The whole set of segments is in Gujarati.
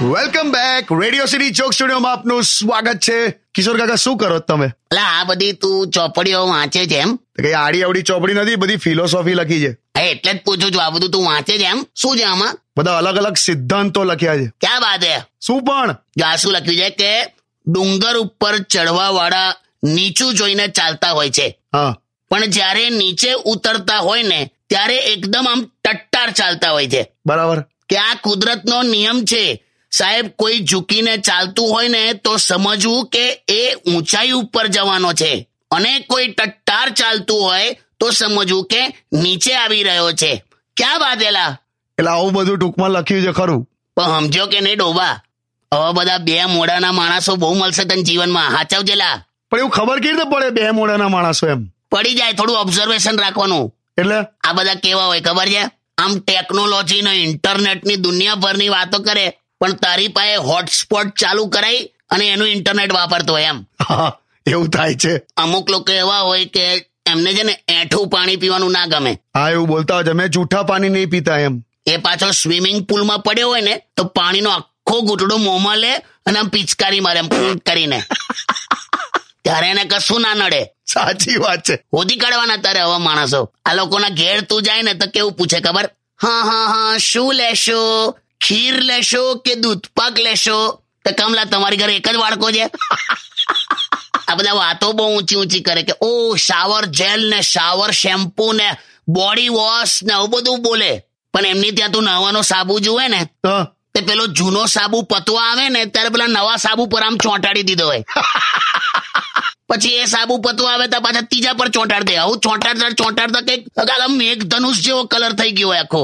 વેલકમ બેક રેડિયો સિટી ચોક સ્ટુડિયોમાં આપનું સ્વાગત છે કિશોર કાકા શું કરો છો તમે એટલે આ બધી તું ચોપડીઓ વાંચે છે એમ તો કઈ આડી અવડી ચોપડી નથી બધી ફિલોસોફી લખી છે એ એટલે જ પૂછું છું આ બધું તું વાંચે છે એમ શું છે આમાં બધા અલગ અલગ સિદ્ધાંતો લખ્યા છે ક્યાં વાત હે શું પણ જો આ શું લખ્યું છે કે ડુંગર ઉપર ચડવા વાળા નીચું જોઈને ચાલતા હોય છે હા પણ જ્યારે નીચે ઉતરતા હોય ને ત્યારે એકદમ આમ ટટ્ટાર ચાલતા હોય છે બરાબર કે આ કુદરતનો નિયમ છે સાહેબ કોઈ ઝૂકીને ચાલતું હોય ને તો સમજવું કે એ ઊંચાઈ ઉપર જવાનો છે અને કોઈ ટટ્ટાર ચાલતું હોય તો સમજવું કે નીચે આવી રહ્યો છે ક્યાં વાદેલા એટલે આવું બધું ટૂંકમાં લખ્યું છે ખરું પણ સમજો કે નહીં ડોબા હવે બધા બે મોડાના માણસો બહુ મળશે તને જીવનમાં હાચવજેલા પણ એવું ખબર કેવી રીતે પડે બે મોડાના માણસો એમ પડી જાય થોડું ઓબ્ઝર્વેશન રાખવાનું એટલે આ બધા કેવા હોય ખબર છે આમ ટેકનોલોજી ને ઇન્ટરનેટ ની દુનિયાભરની વાતો કરે પણ તારી પાસે હોટસ્પોટ ચાલુ કરાઈ અને એનું ઇન્ટરનેટ વાપરતો હોય એમ હા એવું થાય છે અમુક લોકો એવા હોય કે એમને છે ને એઠું પાણી પીવાનું ના ગમે હા એવું બોલતા હોય છે મેં જૂઠા પાણી નહીં પીતા એમ એ પાછો સ્વિમિંગ પુલમાં પડ્યો હોય ને તો પાણીનો આખો ઘૂંટડો મોંમાં લે અને આમ પિચકારી મારે એમ ફૂંક કરીને ત્યારે એને કશું ના નડે સાચી વાત છે હોદી કાઢવાના તારે આવા માણસો આ લોકોના ઘેર તું જાય ને તો કેવું પૂછે ખબર હા હા હા શું લેશો ખીર લેશો કે દૂધ પાક લેશો તો કમલા તમારી ઘરે એક જ બાળકો છે આ બધા વાતો બહુ ઊંચી ઊંચી કરે કે ઓ શાવર જેલ ને શાવર શેમ્પુ ને બોડી વોશ ને આવું બધું બોલે પણ એમની ત્યાં તું નવાનો સાબુ જુએ ને હા તે પેલો જૂનો સાબુ પતવા આવે ને ત્યારે પેલા નવા સાબુ પર આમ ચોંટાડી દીધો હોય પછી એ સાબુ પતવા આવે તો પાછા ત્રીજા પર ચોંટાડી દે આવું ચોંટાડતા ચોંટાડતા કઈક આમ મેઘ ધનુષ જેવો કલર થઈ ગયો હોય આખો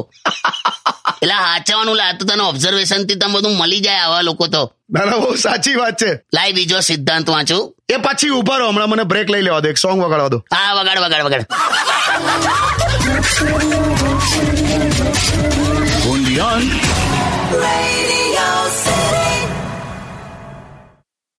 એટલે હાચવાનું લા આ તો તને ઓબ્ઝર્વેશન થી તમે બધું મળી જાય આવા લોકો તો ના ના બહુ સાચી વાત છે લાય બીજો સિદ્ધાંત વાંચું એ પાછી ઉભા રહો હમણાં મને બ્રેક લઈ લેવા દો એક સોંગ વગાડવા દો હા વગાડ વગાડ વગાડ